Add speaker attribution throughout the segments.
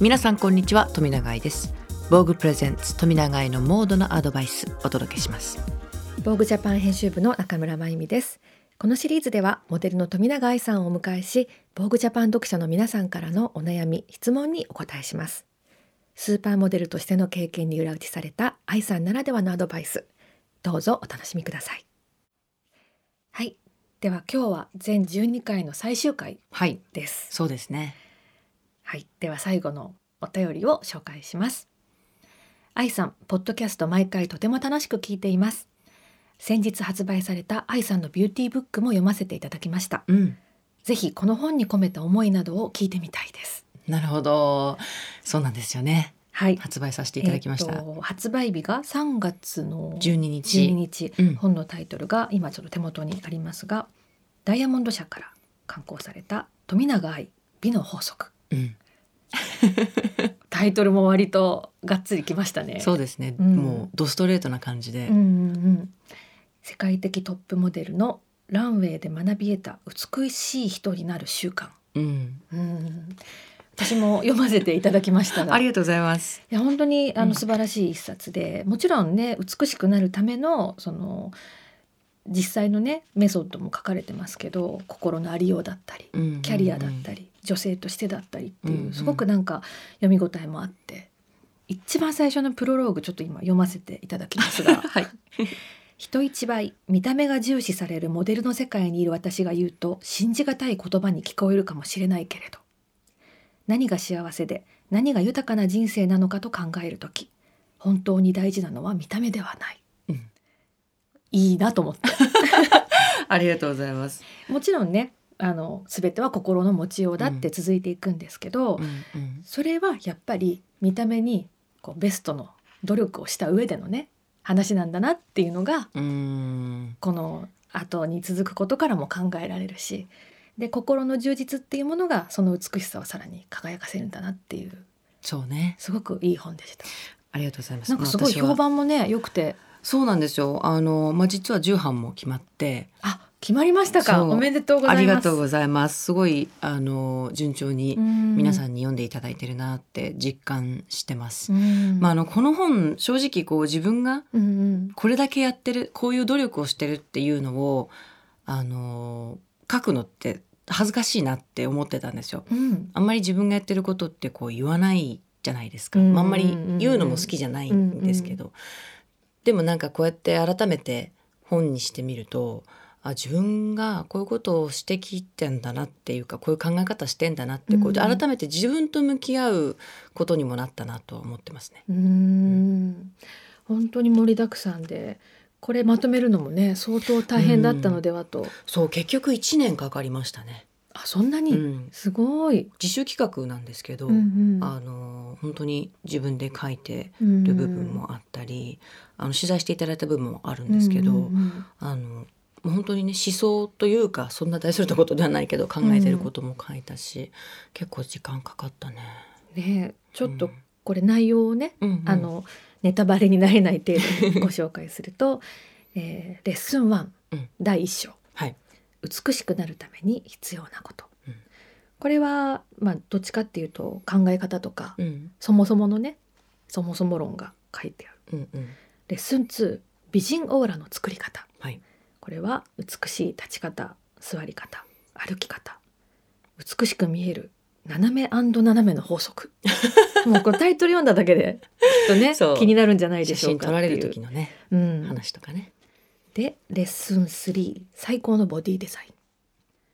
Speaker 1: 皆さんこんにちは富永愛です防具プレゼンツ富永愛のモードのアドバイスお届けします
Speaker 2: 防具ジャパン編集部の中村真由美ですこのシリーズではモデルの富永愛さんをお迎えし防具ジャパン読者の皆さんからのお悩み質問にお答えしますスーパーモデルとしての経験に裏打ちされた愛さんならではのアドバイスどうぞお楽しみくださいはいでは今日は全12回の最終回
Speaker 1: はい
Speaker 2: です
Speaker 1: そうですね
Speaker 2: はい、では最後のお便りを紹介します。愛さん、ポッドキャスト毎回とても楽しく聞いています。先日発売された愛さんのビューティーブックも読ませていただきました。
Speaker 1: うん
Speaker 2: ぜひこの本に込めた思いなどを聞いてみたいです。
Speaker 1: なるほどそうなんですよね
Speaker 2: はい。
Speaker 1: 発売させていただきました、
Speaker 2: えーと発売日が3月の
Speaker 1: 12
Speaker 2: 12
Speaker 1: 日
Speaker 2: 日
Speaker 1: うん
Speaker 2: 本のタイトルが今ちょっと手元にありますが、ダイヤモンド社から刊行された富永愛美の法則。
Speaker 1: うん、
Speaker 2: タイトルも割とがっつりきましたね。
Speaker 1: そうですね、
Speaker 2: うん
Speaker 1: もうドストレートな感じで、
Speaker 2: うんうんうん、世界的トップモデルのランウェイで学び得た美しい人になる習慣
Speaker 1: うん
Speaker 2: うん私も読ませていただきましたが
Speaker 1: あ
Speaker 2: い
Speaker 1: りがとうございます
Speaker 2: や本当にあ
Speaker 1: う
Speaker 2: の
Speaker 1: ん
Speaker 2: 素晴らしい一冊で、もちろんね美しくなるためのその実際のねメソッドも書かれてますけど心のありようだったりキャリアだった
Speaker 1: り、
Speaker 2: り、女性としてだったりっていう、
Speaker 1: うんうん
Speaker 2: すごくなんか読み応えもあって一番最初のプロローグちょっと今読ませていただきますが
Speaker 1: はい
Speaker 2: 人一倍見た目が重視されるモデルの世界にいる私が言うと信じがたい言葉に聞こえるかもしれないけれど何が幸せで何が豊かな人生なのかと考える時本当に大事なのは見た目ではない、
Speaker 1: うん
Speaker 2: いいなと思って
Speaker 1: ありがとうございます、
Speaker 2: もちろんねあの全ては心の持ちようだって続いていくんですけど、
Speaker 1: うんうん
Speaker 2: それはやっぱり見た目にこうベストの努力をした上でのね話なんだなっていうのが
Speaker 1: うーん
Speaker 2: この後に続くことからも考えられるしで心の充実っていうものがその美しさをさらに輝かせるんだなっていう
Speaker 1: そうね
Speaker 2: すごくいい本でした
Speaker 1: ありがとうございます
Speaker 2: なんかすごい
Speaker 1: 私は
Speaker 2: 評判もね良くて
Speaker 1: そうなんですよあの、まあ、実は重版も決まって
Speaker 2: あ決まりましたか
Speaker 1: そう
Speaker 2: おめでとうございます
Speaker 1: ありがとうございますすごいあの順調に皆さんに読んでいただいてるなって実感してます、
Speaker 2: うん
Speaker 1: まあ、あのこの本正直こう自分が
Speaker 2: うんうん
Speaker 1: これだけやってるこういう努力をしてるっていうのをあの書くのって恥ずかしいなって思ってたんですよ
Speaker 2: うん
Speaker 1: あんまり自分がやってることってこう言わないじゃないですか、
Speaker 2: うんうんうん
Speaker 1: まああんまり言うのも好きじゃないんですけど、でもなんかこうやって改めて本にしてみるとあ自分がこういうことをしてきてんだなっていうかこういう考え方してんだなってこう
Speaker 2: うんうん
Speaker 1: 改めて自分と向き合うことにもなったなとは思ってますね。
Speaker 2: うーん本当に盛りだくさんでこれまとめるのもね相当大変だったのではと、
Speaker 1: そう結局1年かかりましたね、
Speaker 2: あそんなに、
Speaker 1: うん
Speaker 2: すごい、
Speaker 1: 自主企画なんですけど、
Speaker 2: うんうん
Speaker 1: あの本当に自分で書いて
Speaker 2: うん
Speaker 1: る部分もあったり、あの取材していただいた部分もあるんですけど、
Speaker 2: うんうん
Speaker 1: あのもう本当にね思想というかそんな大それたことではないけど考えてることも書いたし、結構時間かかったね。
Speaker 2: うんねちょっ
Speaker 1: う
Speaker 2: と
Speaker 1: ん
Speaker 2: これ内容をね、
Speaker 1: うんうん
Speaker 2: あのネタバレになれない程度にご紹介すると、 えーレッスン1、
Speaker 1: うん
Speaker 2: 第1章
Speaker 1: はい、
Speaker 2: 美しくなるために必要なこと、
Speaker 1: うん
Speaker 2: これは、まあ、どっちかっていうと考え方とか、
Speaker 1: うん
Speaker 2: そもそものねそもそも論が書いてある。
Speaker 1: うんうん、
Speaker 2: レッスン2美人オーラの作り方
Speaker 1: はい、
Speaker 2: これは美しい立ち方座り方歩き方美しく見える斜め斜めの 法則もうこのタイトル読んだだけできっとね
Speaker 1: そう
Speaker 2: 気になるんじゃないで
Speaker 1: 写
Speaker 2: しょう
Speaker 1: 真
Speaker 2: か
Speaker 1: 撮られる
Speaker 2: ってい
Speaker 1: 時のね
Speaker 2: う、うん、
Speaker 1: 話とかね
Speaker 2: でレッスン3最高のボディデザイ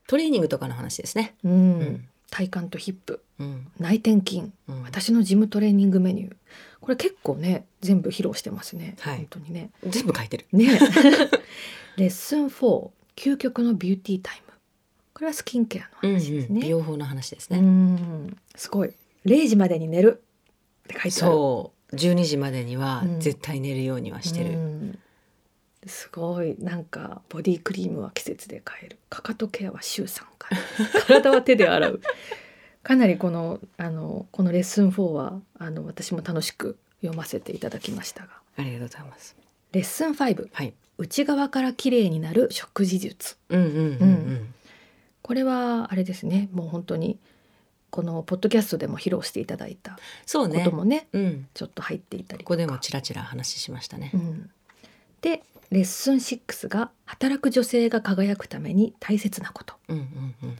Speaker 1: トレーニングとかの話ですね。
Speaker 2: ン、うん
Speaker 1: うん
Speaker 2: 体幹とヒップ
Speaker 1: うん
Speaker 2: 内転筋
Speaker 1: うん、
Speaker 2: 私のジムトレーニングメニューこれ結構ね全部披露してますね、
Speaker 1: はい
Speaker 2: 本当にね
Speaker 1: 全部書いてる。
Speaker 2: ねレッスン4究極のビューティータイムこれはスキンケアの話です
Speaker 1: うんうん美
Speaker 2: ね、
Speaker 1: 容法の話です
Speaker 2: う
Speaker 1: ね。
Speaker 2: んすごい0時までに寝るって書いてある
Speaker 1: そう12時までには
Speaker 2: うん
Speaker 1: 絶対寝るようにはしてる、
Speaker 2: うんすごいなんかボディクリームは季節で買えるかかとケアは週3回 体は手で洗うかなりこのあのこのレッスン4はあの私も楽しく読ませていただきましたが
Speaker 1: ありがとうございます
Speaker 2: レッスン5
Speaker 1: はい
Speaker 2: 内側から綺麗になる食事術
Speaker 1: うんうんうんうん
Speaker 2: これはあれですねもう本当にこのポッドキャストでも披露していただいた
Speaker 1: そう
Speaker 2: こ
Speaker 1: ね
Speaker 2: ともね
Speaker 1: うん
Speaker 2: ちょっと入っていた
Speaker 1: こと
Speaker 2: り
Speaker 1: こ
Speaker 2: か
Speaker 1: でもちらちら話しましたね、
Speaker 2: うん、でレッスン6が「働く女性が輝くために大切なこと
Speaker 1: うんうん」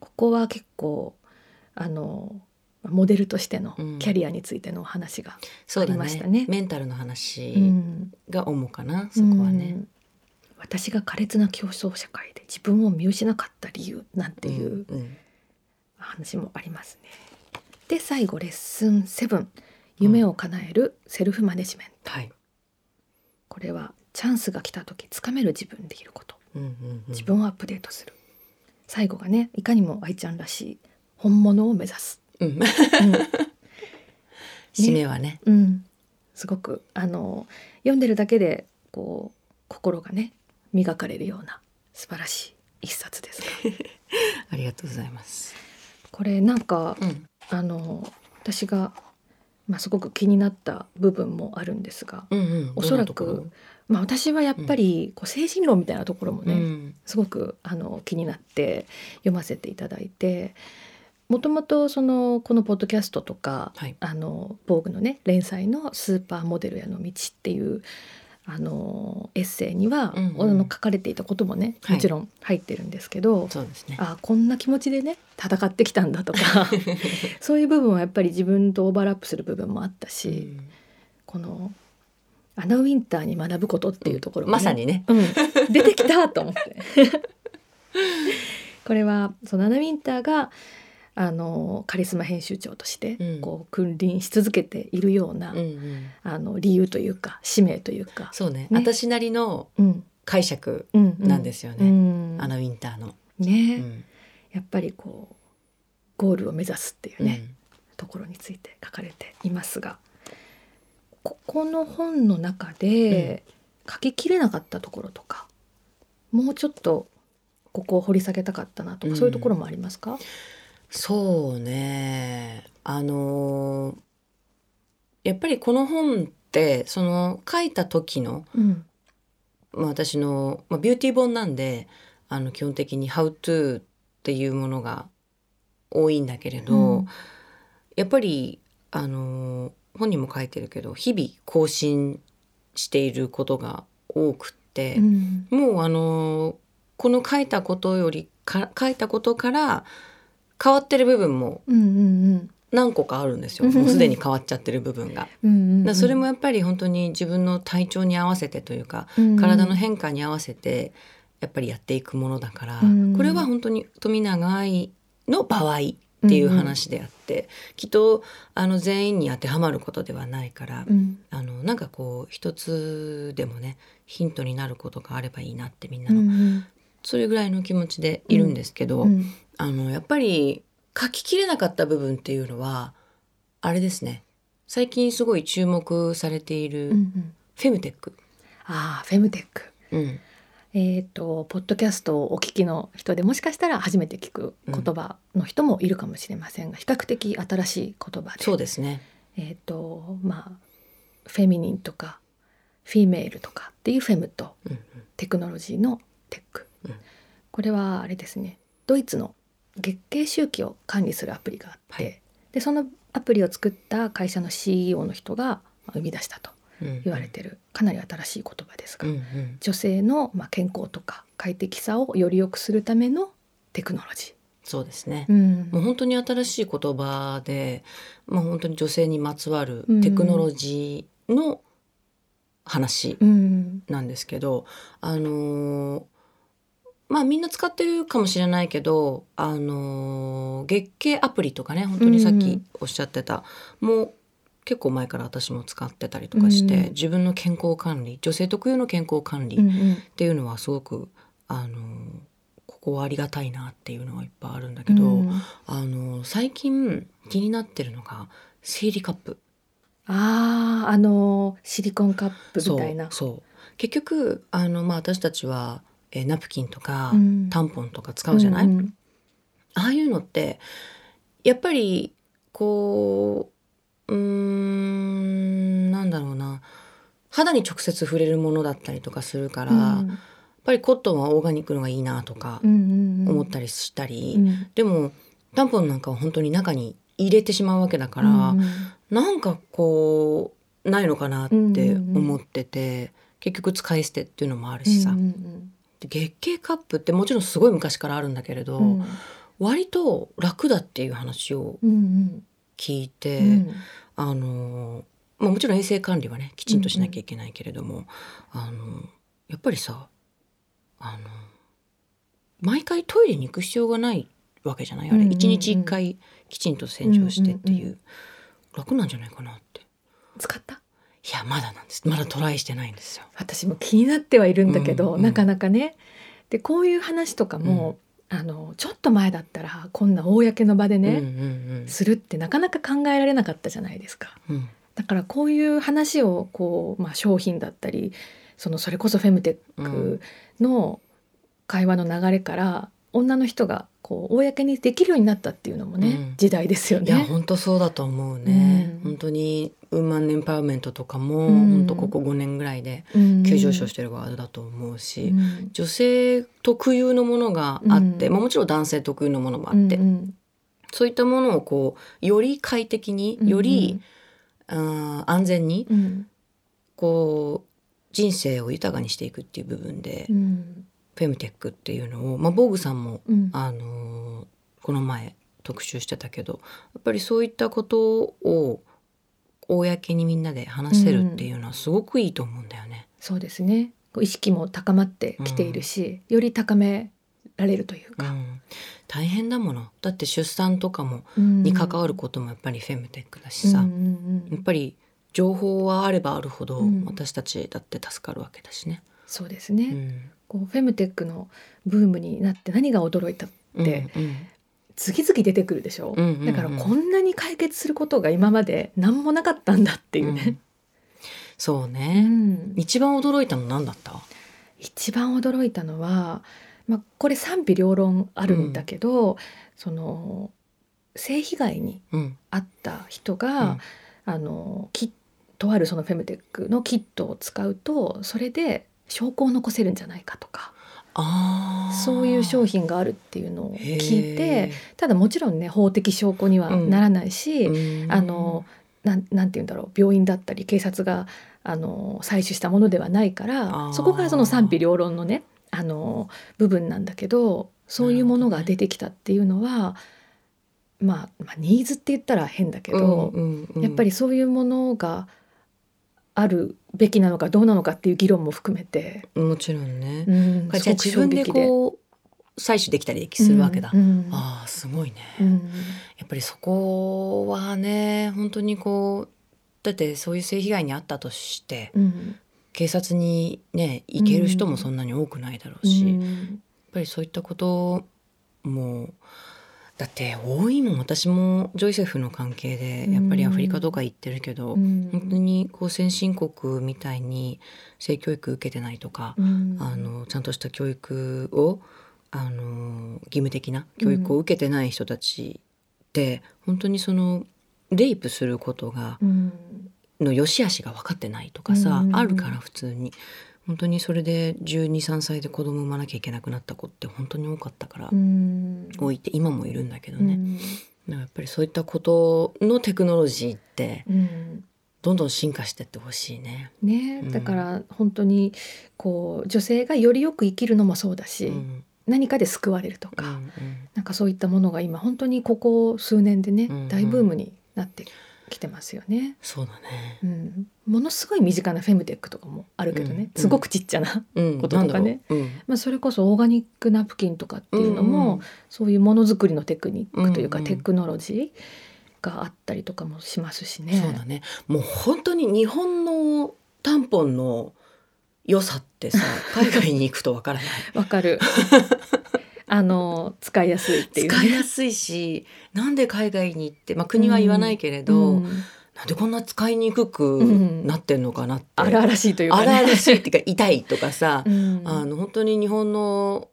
Speaker 2: ここは結構あのモデルとしての
Speaker 1: うん
Speaker 2: キャリアについてのお話が、
Speaker 1: そうだ
Speaker 2: ありま
Speaker 1: ね
Speaker 2: したね
Speaker 1: メンタルの
Speaker 2: う
Speaker 1: 話
Speaker 2: ん
Speaker 1: が主かな、そこは
Speaker 2: う
Speaker 1: ね、
Speaker 2: ん私が苛烈な競争社会で自分を見失かった理由なんていう、
Speaker 1: うんうん
Speaker 2: 話もありますね。で最後レッスン7夢を叶えるセルフマネジメント、
Speaker 1: はい、
Speaker 2: これはチャンスが来た時つかめる自分でいること
Speaker 1: うんうんうん、
Speaker 2: 自分をアップデートする、最後がねいかにも愛ちゃんらしい本物を目指す、
Speaker 1: うん
Speaker 2: うん
Speaker 1: 締めはね
Speaker 2: うんすごくあの読んでるだけでこう心がね磨かれるような素晴らしい一冊ですが
Speaker 1: ありがとうございます、
Speaker 2: これなんか
Speaker 1: うん
Speaker 2: あの私が、まあ、すごく気になった部分もあるんですが、
Speaker 1: うんうん、
Speaker 2: お
Speaker 1: ど
Speaker 2: そら
Speaker 1: んなところ
Speaker 2: く、まあ、私はやっぱりこう精神論みたいなところもね、
Speaker 1: うん
Speaker 2: すごくあの気になって読ませていただいてもともとそのこのポッドキャストとか
Speaker 1: はい
Speaker 2: 「あの防具のね連載の「スーパーモデルへの道」っていうあのエッセイには、
Speaker 1: うんうん
Speaker 2: あの書かれていたこともね
Speaker 1: はい
Speaker 2: もちろん入ってるんですけど、
Speaker 1: そうですね
Speaker 2: あこんな気持ちでね戦ってきたんだと かそういう部分はやっぱり自分とオーバーラップする部分もあったし。
Speaker 1: うん
Speaker 2: このアナウィンターに学ぶことっていうところが
Speaker 1: まさにね
Speaker 2: うん、出てきたと思って これはそのアナウィンターがあのカリスマ編集長として
Speaker 1: うん
Speaker 2: こう君臨し続けているような、
Speaker 1: うんうん、
Speaker 2: あの理由というか使命というか
Speaker 1: そうね
Speaker 2: ね
Speaker 1: 私なりの
Speaker 2: うん
Speaker 1: 解釈
Speaker 2: うんう
Speaker 1: なんですよね
Speaker 2: うん
Speaker 1: アナウィンターの、
Speaker 2: ね、
Speaker 1: うん
Speaker 2: やっぱりこうゴールを目指すっていうね、
Speaker 1: うん
Speaker 2: ところについて書かれていますがここの本の中で書ききれなかったところとか、もうちょっとここを掘り下げたかったなとか、
Speaker 1: うん
Speaker 2: そういうところもありますか、
Speaker 1: そうねあのーやっぱりこの本ってその書いた時の、
Speaker 2: うん
Speaker 1: まあ、私の、まあ、ビューティー本なんであの基本的に「How to」っていうものが多いんだけれど、
Speaker 2: うん
Speaker 1: やっぱりあのー本人も書いてるけど日々更新していることが多くって。
Speaker 2: うん
Speaker 1: もうあのこの書いたことよりか書いたことから変わってる部分も
Speaker 2: うんうん
Speaker 1: 何個かあるんですよもうすでに変わっちゃってる部分が。
Speaker 2: うんうん
Speaker 1: だか
Speaker 2: うん、
Speaker 1: らそれもやっぱり本当に自分の体調に合わせてというか体の変化に合わせてやっぱりやっていくものだから
Speaker 2: うん
Speaker 1: これは本当に富永愛の場合っていう話であってきっとあの全員に当てはまることではないから
Speaker 2: うん
Speaker 1: あのなんかこう一つでもねヒントになることがあればいいなってみん
Speaker 2: う
Speaker 1: なの
Speaker 2: んうん
Speaker 1: それぐらいの気持ちでいるんですけど、
Speaker 2: うん
Speaker 1: あのやっぱり書ききれなかった部分っていうのはあれですね最近すごい注目されてい
Speaker 2: うんう
Speaker 1: る
Speaker 2: ん
Speaker 1: フェムテック、
Speaker 2: ああフェムテック
Speaker 1: うん
Speaker 2: えー、とポッドキャストをお聞きの人でもしかしたら初めて聞く言葉の人もいるかもしれませんが、比較的新しい言葉で
Speaker 1: そうですね
Speaker 2: えーとまあ、フェミニンとかフィメールとかっていうフェムと
Speaker 1: うん
Speaker 2: テクノロジーのテック、
Speaker 1: うん
Speaker 2: これはあれですねドイツの月経周期を管理するアプリがあって、
Speaker 1: はい
Speaker 2: でそのアプリを作った会社の CEO の人がまあ生み出したと
Speaker 1: うん
Speaker 2: 言われてるかなり新しい言葉ですが、
Speaker 1: うんうん
Speaker 2: 女性のまあ健康とか快適さをより良くするためのテクノロジ
Speaker 1: そうですね
Speaker 2: ー。うん
Speaker 1: もう本当に新しい言葉で、まあ、本当に女性にまつわる
Speaker 2: うん
Speaker 1: テクノロジーの話
Speaker 2: うん
Speaker 1: なんですけど、あのーまあみんな使ってるかもしれないけど、あのー月経アプリとかね本当にさっ
Speaker 2: うんう
Speaker 1: き
Speaker 2: ん
Speaker 1: おっしゃってた、もう結構前から私も使ってたりとかして、
Speaker 2: うん
Speaker 1: 自分の健康管理女性特有の健康管理
Speaker 2: うんう
Speaker 1: っ
Speaker 2: ん
Speaker 1: ていうのはすごく、あのーここはありがたいなっていうのはいっぱいあるんだけど、
Speaker 2: うん
Speaker 1: あのー最近気になってるのが生理カップ。
Speaker 2: あああのーシリコンカップ
Speaker 1: そう
Speaker 2: みたいな。
Speaker 1: そう結局あの、まあ、私たちは、えーナプキンとか、
Speaker 2: うん
Speaker 1: タンポンとか使うじゃない、
Speaker 2: うんうん
Speaker 1: ああいうのってやっぱりこううーんなんだろうな肌に直接触れるものだったりとかするから、
Speaker 2: う
Speaker 1: やっ
Speaker 2: ん
Speaker 1: ぱりコットンはオーガニックのがいいなとか
Speaker 2: うんうんうん
Speaker 1: 思ったりしたり、
Speaker 2: うん
Speaker 1: でもタンポンなんかを本当に中に入れてしまうわけだから、
Speaker 2: うん
Speaker 1: なんかこうないのかなって思ってて、結局使い捨てっていうのもあるしさ、
Speaker 2: うんうん
Speaker 1: で月経カップってもちろんすごい昔からあるんだけれど、
Speaker 2: うん
Speaker 1: 割と楽だっていう話を
Speaker 2: うんうん
Speaker 1: 聞いうて、
Speaker 2: ん
Speaker 1: あのまあ、もちろん衛生管理はねきちんとしなきゃいけないけれども、あのやっぱりさあの毎回トイレに行く必要がないわけじゃないあ
Speaker 2: うん
Speaker 1: れ、
Speaker 2: うんうん
Speaker 1: 一日一回きちんと洗浄してっていう,、
Speaker 2: うんうん
Speaker 1: 楽なんじゃないかなって
Speaker 2: 使った
Speaker 1: いやまだなんですまだトライしてないんですよ。
Speaker 2: 私も気になってはいるんだけど、
Speaker 1: うんうん
Speaker 2: なかなかねでこういう話とかも、あのちょっと前だったらこんな公の場で
Speaker 1: うん
Speaker 2: ね、
Speaker 1: うん
Speaker 2: するってなかなか考えられなかったじゃないですか
Speaker 1: うんうん
Speaker 2: だからこういう話をこう、まあ、商品だったりそのそれこそフェムテックの会話の流れから、女の人がこう公にできるようになったっていうのもね、
Speaker 1: うん
Speaker 2: 時代ですよ
Speaker 1: いや
Speaker 2: ね。
Speaker 1: 本当そうだと思うね、
Speaker 2: うん
Speaker 1: 本当にウーマンエンパワーメントとかも、
Speaker 2: うん
Speaker 1: 本当ここ5年ぐらいで急上昇してるワードだと思うし、
Speaker 2: うん
Speaker 1: 女性特有のものがあって、
Speaker 2: うん
Speaker 1: まあ、もちろん男性特有のものもあって、
Speaker 2: うんうん
Speaker 1: そういったものをこうより快適に
Speaker 2: うん
Speaker 1: より、あー安全に
Speaker 2: うん
Speaker 1: こう人生を豊かにしていくっていう部分で、
Speaker 2: うん
Speaker 1: フェムテックっていうのを、まあ、ボーグさんも、
Speaker 2: うん
Speaker 1: あのーこの前特集してたけどやっぱりそういったことを公にみんなで話せるっていうのはすごくいいと思うんだよね。
Speaker 2: そうですねこう意識も高まってきているし、より高められるという
Speaker 1: う
Speaker 2: か、
Speaker 1: ん大変だものだって出産とかも
Speaker 2: うん
Speaker 1: に関わることもやっぱりフェムテックだしさ、
Speaker 2: うんうんう
Speaker 1: やっ
Speaker 2: ん
Speaker 1: ぱり情報はあればあるほど
Speaker 2: うん
Speaker 1: 私たちだって助かるわけだしね。
Speaker 2: そうですね、
Speaker 1: うん
Speaker 2: こうフェムテックのブームになって何が驚いたで
Speaker 1: うん
Speaker 2: 次々出てくるでしょ、
Speaker 1: うんうんうん
Speaker 2: だからこんなに解決することが今まで何もなかったんだっていう
Speaker 1: うん
Speaker 2: ね、
Speaker 1: そう
Speaker 2: う
Speaker 1: ね、
Speaker 2: ん
Speaker 1: 一番驚いたの何だった
Speaker 2: 一番驚いたのは、まあ、これ賛否両論あるんだけど、その性被害に
Speaker 1: うん
Speaker 2: あった人
Speaker 1: うん
Speaker 2: が、あのきとあるそのフェムテックのキットを使うとそれで証拠を残せるんじゃないかとか
Speaker 1: あー
Speaker 2: そういう商品があるっていうのを聞い
Speaker 1: へ
Speaker 2: てただもちろんね法的証拠にはならないし、
Speaker 1: ーうん
Speaker 2: あのなんなんて言うんだろう病院だったり警察があの採取したものではないか
Speaker 1: あー
Speaker 2: らそこがその賛否両論のねあの部分なんだけどそういうものが出てきたっていうのは、まあ、まあニーズって言ったら変だけど、
Speaker 1: うんうんうん
Speaker 2: やっぱりそういうものがあるべきなのかどうなのかっていう議論も含めて、
Speaker 1: もちろんね、
Speaker 2: うん
Speaker 1: じゃあ自分でこう採取できたりするわけだ、
Speaker 2: うんうん
Speaker 1: ああすごいね、
Speaker 2: うん
Speaker 1: やっぱりそこはね本当にこうだってそういう性被害に遭ったとして
Speaker 2: うん
Speaker 1: 警察にね行ける人もそんなに多くないだろうし、やっぱりそういったこともだって多いもん私もジョイセフの関係でやっぱりアフリカとか行ってるけど、
Speaker 2: うん
Speaker 1: 本当にこう先進国みたいに性教育受けてないとか、
Speaker 2: うん
Speaker 1: あのちゃんとした教育をあの義務的な教育を受けてない人たちって、本当にそのレイプすることが
Speaker 2: うん
Speaker 1: の良し悪しが分かってないとかさ、
Speaker 2: うんうんうん
Speaker 1: あるから普通に本当にそれで1 2 3歳で子供産まなきゃいけなくなった子って本当に多かったから、
Speaker 2: うん
Speaker 1: 多いって今もいるんだけど
Speaker 2: う
Speaker 1: ね、
Speaker 2: ん
Speaker 1: だからやっぱりそういったことのテクノロジーって
Speaker 2: うん
Speaker 1: どんどん進化してってほしいね。
Speaker 2: ね
Speaker 1: うん
Speaker 2: だから本当にこう女性がよりよく生きるのもそうだし、
Speaker 1: うん
Speaker 2: 何かで救われるとか、
Speaker 1: うんうん
Speaker 2: なんかそういったものが今本当にここ数年でね、
Speaker 1: うんうん
Speaker 2: 大ブームになってきてますよね。
Speaker 1: そうだね、
Speaker 2: うん、ものすごい身近なフェムテックとかもあるけどね、
Speaker 1: うん
Speaker 2: すごくちっちゃな、
Speaker 1: うん、
Speaker 2: ことと
Speaker 1: な
Speaker 2: かね
Speaker 1: んだろううん
Speaker 2: まあ、それこそオーガニックナプキンとかっていうのも、
Speaker 1: うんうん
Speaker 2: そういうものづくりのテクニックというか、
Speaker 1: うんうん
Speaker 2: テクノロジーがあったりとかもしますしね。
Speaker 1: そうだねもう本当に日本のタンポンの良さって さ海外に行くとわからない
Speaker 2: わか るあの使いやすいっていうね、
Speaker 1: 使いやすいしなんで海外に行って、まあ、国は言わないけれど、
Speaker 2: うん
Speaker 1: なんでこんな使いにくくなってんのかなって、
Speaker 2: 荒々しいというか、ね、
Speaker 1: 荒々しいっていうか痛いとかさ、
Speaker 2: うん
Speaker 1: あの本当に日本の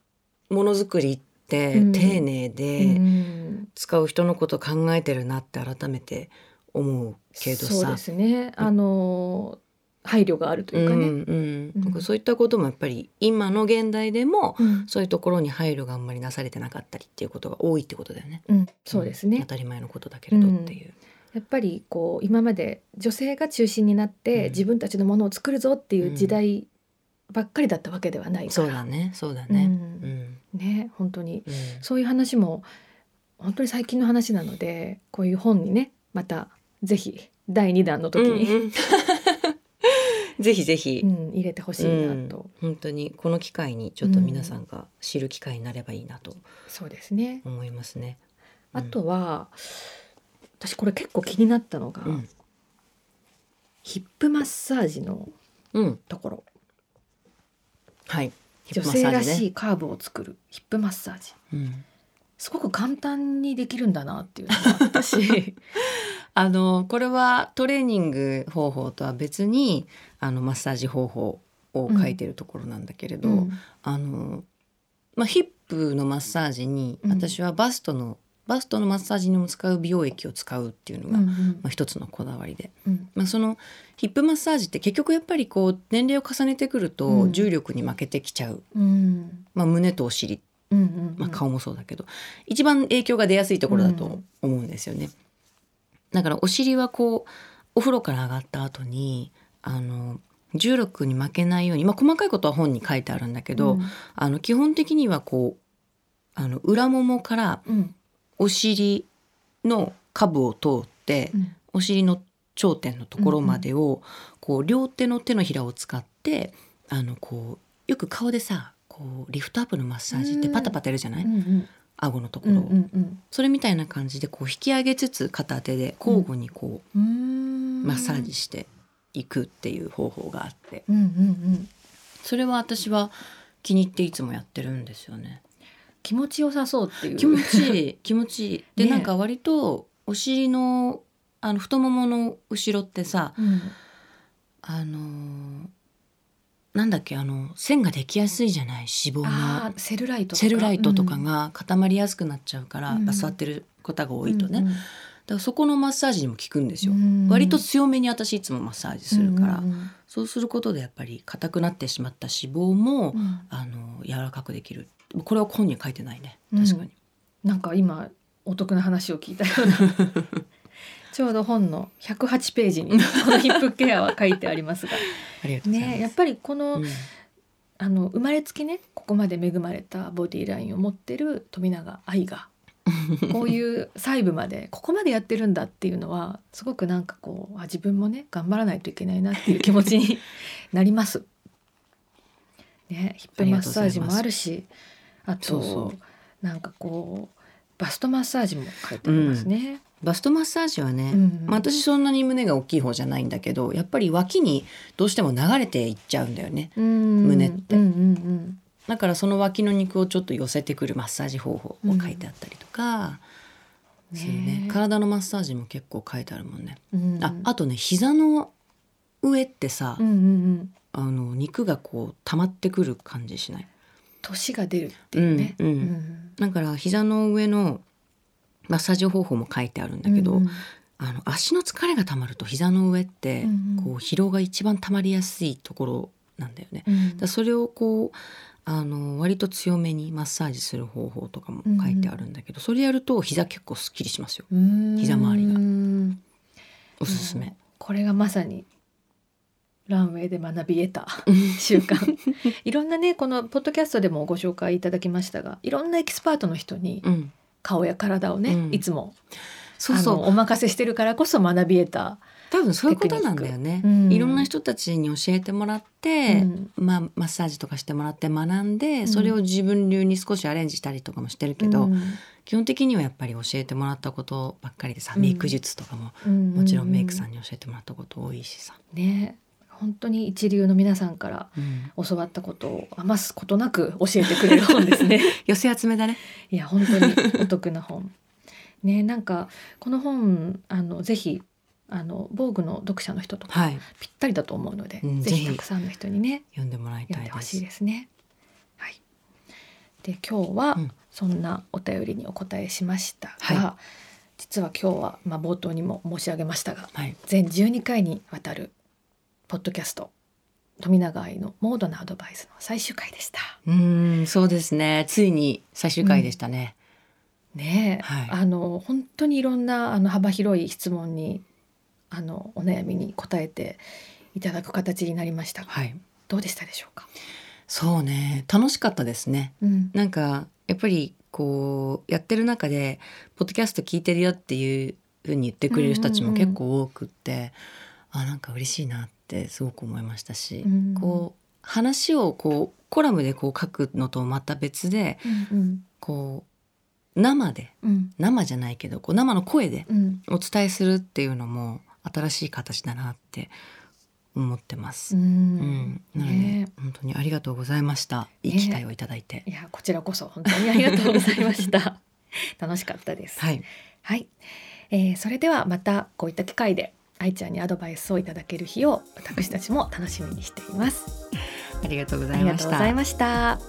Speaker 1: ものづくりって
Speaker 2: うん
Speaker 1: 丁寧で、
Speaker 2: うん
Speaker 1: 使う人のこと考えてるなって改めて思うけど
Speaker 2: そう
Speaker 1: さ
Speaker 2: ですねあの配慮があるというかね。
Speaker 1: うん
Speaker 2: うん
Speaker 1: うん、そういったこともやっぱり今の現代でも
Speaker 2: うん、
Speaker 1: そういうところに配慮があんまりなされてなかったりっていうことが多いってことだよね。
Speaker 2: うん、そうです
Speaker 1: ん当
Speaker 2: ね。
Speaker 1: たり前のことだけれどっていう。
Speaker 2: やっぱりこう今まで女性が中心になっ
Speaker 1: う
Speaker 2: て
Speaker 1: ん
Speaker 2: 自分たちのものを作るぞっていう時代ばっかりだったわけではないか
Speaker 1: そう
Speaker 2: ら。
Speaker 1: だ
Speaker 2: ね。
Speaker 1: ね、そうだ
Speaker 2: う、
Speaker 1: ね。うんん、
Speaker 2: ね、本当に
Speaker 1: うん、
Speaker 2: そういう話も本当に最近の話なので、こういう本にね、またぜひ第二弾の時に、
Speaker 1: うんうんぜひぜひ、
Speaker 2: うん入れてほしいなと、
Speaker 1: 本当にこの機会にちょっと皆さんが知る機会になればいいなと
Speaker 2: そうですね。
Speaker 1: 思いますね。
Speaker 2: あとは、私これ結構気になったのが、
Speaker 1: うん、
Speaker 2: ヒップマッサージの
Speaker 1: うん、
Speaker 2: ところ、
Speaker 1: はい。
Speaker 2: 女性らし
Speaker 1: い。
Speaker 2: いカーブを作るヒップマッサージ。
Speaker 1: うん
Speaker 2: すごく簡単にできるんだなっていうのが 私
Speaker 1: あのこれはトレーニング方法とは別にあのマッサージ方法を書いてるところなんだけれど、
Speaker 2: うん
Speaker 1: あのまあ、ヒップのマッサージに
Speaker 2: うん
Speaker 1: 私はバストの、バストのマッサージにも使う美容液を使うっていうの
Speaker 2: う
Speaker 1: が、ま
Speaker 2: ん
Speaker 1: あ、一つのこだわりで、
Speaker 2: うん
Speaker 1: まあ、そのヒップマッサージって結局やっぱりこう年齢を重ねてくる
Speaker 2: う
Speaker 1: と
Speaker 2: ん
Speaker 1: 重力に負けてきちゃう、
Speaker 2: うん
Speaker 1: まあ、胸とお尻、
Speaker 2: うんうん
Speaker 1: まあ、顔もそうだけど、一番影響が出やすいところだ
Speaker 2: う
Speaker 1: と
Speaker 2: ん
Speaker 1: 思うんですよね。だからお尻はこうお風呂から上がった後にあの重力に負けないように、まあ、細かいことは本に書いてあるんだけど、
Speaker 2: うん
Speaker 1: あの基本的にはこうあの裏ももから
Speaker 2: うん
Speaker 1: お尻の下部を通って、
Speaker 2: うん
Speaker 1: お尻の頂点のところまでを、こう両手の手のひらを使ってあのこうよく顔でさこうリフトアップのマッサージってパタパタやるじゃない、
Speaker 2: うんうん
Speaker 1: 顎のとこ
Speaker 2: う
Speaker 1: ろ
Speaker 2: ん
Speaker 1: を、
Speaker 2: うん
Speaker 1: それみたいな感じでこう引き上げつつ片手で交互にこ
Speaker 2: う
Speaker 1: う、
Speaker 2: ん
Speaker 1: マッサージしていくっていう方法があって
Speaker 2: うんうんうん
Speaker 1: それは私は気に入っていつもやってるんですよね。
Speaker 2: 気持ちよさそうっていう
Speaker 1: 気持ち いい気持ちいいで、
Speaker 2: ね
Speaker 1: なんか割とお尻のあの太ももの後ろってさ
Speaker 2: うん
Speaker 1: あのーなんだっけあの線ができやすいじゃない脂肪
Speaker 2: あ
Speaker 1: が
Speaker 2: ーセルライトとか
Speaker 1: セルライトとかが固まりやすくなっちゃうから、
Speaker 2: うん
Speaker 1: やっぱ座ってる方が多いとね、
Speaker 2: うん
Speaker 1: だからそこのマッサージにも効くんですよ、
Speaker 2: うん
Speaker 1: 割と強めに私いつもマッサージするから、
Speaker 2: うんうん
Speaker 1: そうすることでやっぱり硬くなってしまった脂肪も、
Speaker 2: うん
Speaker 1: あの柔らかくできるこれは本に書いてないね
Speaker 2: うん
Speaker 1: 確かに、
Speaker 2: なんか今お得な話を聞いたような ちょうど本の108ページにこのヒップケアは書いてあり ますが
Speaker 1: ありがとうございます、
Speaker 2: ねやっぱりこの、
Speaker 1: うん
Speaker 2: あの生まれつきねここまで恵まれたボディラインを持ってる富永愛が こういう細部までここまでやってるんだっていうのはすごくなんかこうあ自分もね頑張らないといけないなっていう気持ちにな ります。ね、ヒップマッサージもあるしあと
Speaker 1: そうそう
Speaker 2: なんかこうバストマッサージも書いてありますね。
Speaker 1: バストマッサージはね、
Speaker 2: うん
Speaker 1: まあ、私そんなに胸が大きい方じゃないんだけどやっぱり脇にどうしても流れていっちゃうんだよね
Speaker 2: 胸
Speaker 1: って
Speaker 2: うんうん
Speaker 1: だからその脇の肉をちょっと寄せてくるマッサージ方法を書いてあったりとか、
Speaker 2: うん
Speaker 1: するね
Speaker 2: ね
Speaker 1: 体のマッサージも結構書いてあるもんね、
Speaker 2: うんうん、
Speaker 1: ああとね膝の上ってさ、
Speaker 2: うんうんうん、
Speaker 1: あの肉がこう溜まってくる感じしない
Speaker 2: 年が出るっていうね。
Speaker 1: うんうん
Speaker 2: ん
Speaker 1: だから膝の上のマッサージ方法も書いてあるんだけど、
Speaker 2: うんうん
Speaker 1: あの足の疲れが溜まると膝の上って、
Speaker 2: うんうん
Speaker 1: こう疲労が一番溜まりやすいところなんだよね。
Speaker 2: うん
Speaker 1: だからそれをこうあの割と強めにマッサージする方法とかも書いてあるんだけど、それやると膝結構すっきりしますよ。膝
Speaker 2: 膝
Speaker 1: 周りが
Speaker 2: が
Speaker 1: おすすめ。
Speaker 2: これがまさにランウェイで学び 得た習慣いろんなねこのポッドキャストでもご紹介いただきましたがいろんなエキスパートの人に
Speaker 1: うん、
Speaker 2: 顔や体をね、
Speaker 1: うん
Speaker 2: いつも
Speaker 1: そうそ
Speaker 2: あの
Speaker 1: う
Speaker 2: お任せしてるからこそ学び得た、
Speaker 1: 多分そういうことなんだよね
Speaker 2: テク。ニックうん
Speaker 1: いろんな人たちに教えてもらって、
Speaker 2: うん
Speaker 1: まあ、マッサージとかしてもらって学んで、
Speaker 2: ん
Speaker 1: それを自分流に少しアレンジしたりとかもしてるけど、
Speaker 2: うん
Speaker 1: 基本的にはやっぱり教えてもらったことばっかりでさ、
Speaker 2: うん
Speaker 1: メイク術とかも
Speaker 2: うん
Speaker 1: もちろんメイクさんに教えてもらったこと多いしさ、
Speaker 2: ね本当に一流の皆さんから教わったことを余すことなく教えてくれる本ですね
Speaker 1: 寄せ集めだね。
Speaker 2: いや本当にお得な本。ねなんかこの本あのぜひあの防具の読者の人とか
Speaker 1: はい、
Speaker 2: ぴったりだと思うので、
Speaker 1: うん
Speaker 2: ぜひ
Speaker 1: ぜひ
Speaker 2: たくさんの人にね
Speaker 1: 読んでもらいた
Speaker 2: 読ん
Speaker 1: い
Speaker 2: で
Speaker 1: で
Speaker 2: ほし
Speaker 1: す。
Speaker 2: いですね。はい。で今日は
Speaker 1: うん
Speaker 2: そんなお便りにお答えしましたが、
Speaker 1: は
Speaker 2: 実は今日はまあ冒頭にも申し上げましたが、
Speaker 1: はい、
Speaker 2: 全12回にわたるポッドキャスト富永愛のモードなアドバイスの最終回でした。
Speaker 1: うんそうですねついに最終回でしたね、
Speaker 2: ねえ、
Speaker 1: はい
Speaker 2: あの本当にいろんなあの幅広い質問にあのお悩みに答えていただく形になりましたが、
Speaker 1: はい
Speaker 2: どうでしたでしょうか。
Speaker 1: そうね楽しかったですね
Speaker 2: うん、
Speaker 1: なんかやっぱりこうやってる中でポッドキャスト聞いてるよっていうふうに言ってくれる人たちも結構多くって、あなんか嬉しいなってすごく思いましたし、
Speaker 2: うん
Speaker 1: こう話をこうコラムでこう書くのとまた別で
Speaker 2: うん
Speaker 1: こう生で
Speaker 2: うん
Speaker 1: 生じゃないけどこう生の声で
Speaker 2: うん
Speaker 1: お伝えするっていうのも新しい形だなって思ってます。
Speaker 2: う
Speaker 1: うんん、なので、
Speaker 2: ね
Speaker 1: 本当にありがとうございました。いい機会をいただいて。
Speaker 2: えいやこちらこそ本当にありがとうございました 楽しかったです
Speaker 1: はい、
Speaker 2: はい、えーそれではまたこういった機会で愛ちゃんにアドバイスをいただける日を私たちも楽しみにしています
Speaker 1: ありがとうご
Speaker 2: あ
Speaker 1: ざい
Speaker 2: りが
Speaker 1: ま
Speaker 2: と
Speaker 1: し
Speaker 2: うござ
Speaker 1: た
Speaker 2: い。ました